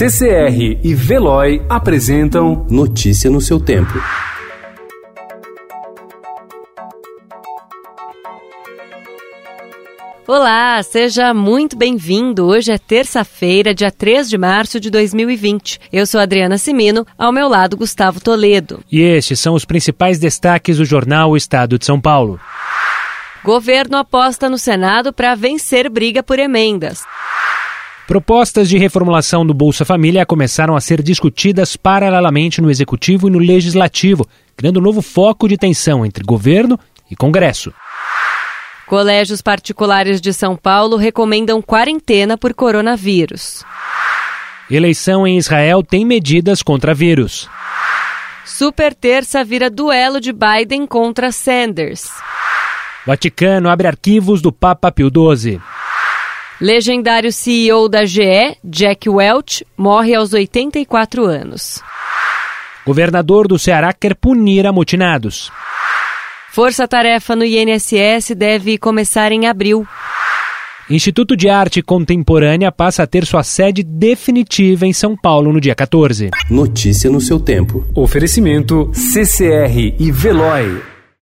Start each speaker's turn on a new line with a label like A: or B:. A: CCR e Veloy apresentam
B: Notícia no seu tempo.
C: Olá, seja muito bem-vindo. Hoje é terça-feira, dia 3 de março de 2020. Eu sou Adriana Simino, ao meu lado Gustavo Toledo.
D: E estes são os principais destaques do jornal O Estado de São Paulo.
C: Governo aposta no Senado para vencer briga por emendas.
D: Propostas de reformulação do Bolsa Família começaram a ser discutidas paralelamente no Executivo e no Legislativo, criando um novo foco de tensão entre governo e Congresso.
C: Colégios particulares de São Paulo recomendam quarentena por coronavírus.
D: Eleição em Israel tem medidas contra vírus.
C: Super terça vira duelo de Biden contra Sanders.
D: Vaticano abre arquivos do Papa Pio XII.
C: Legendário CEO da GE, Jack Welch, morre aos 84 anos.
D: Governador do Ceará quer punir amotinados.
C: Força-tarefa no INSS deve começar em abril.
D: Instituto de Arte Contemporânea passa a ter sua sede definitiva em São Paulo no dia 14.
B: Notícia no seu tempo.
A: oferecimento CCR e Veloy.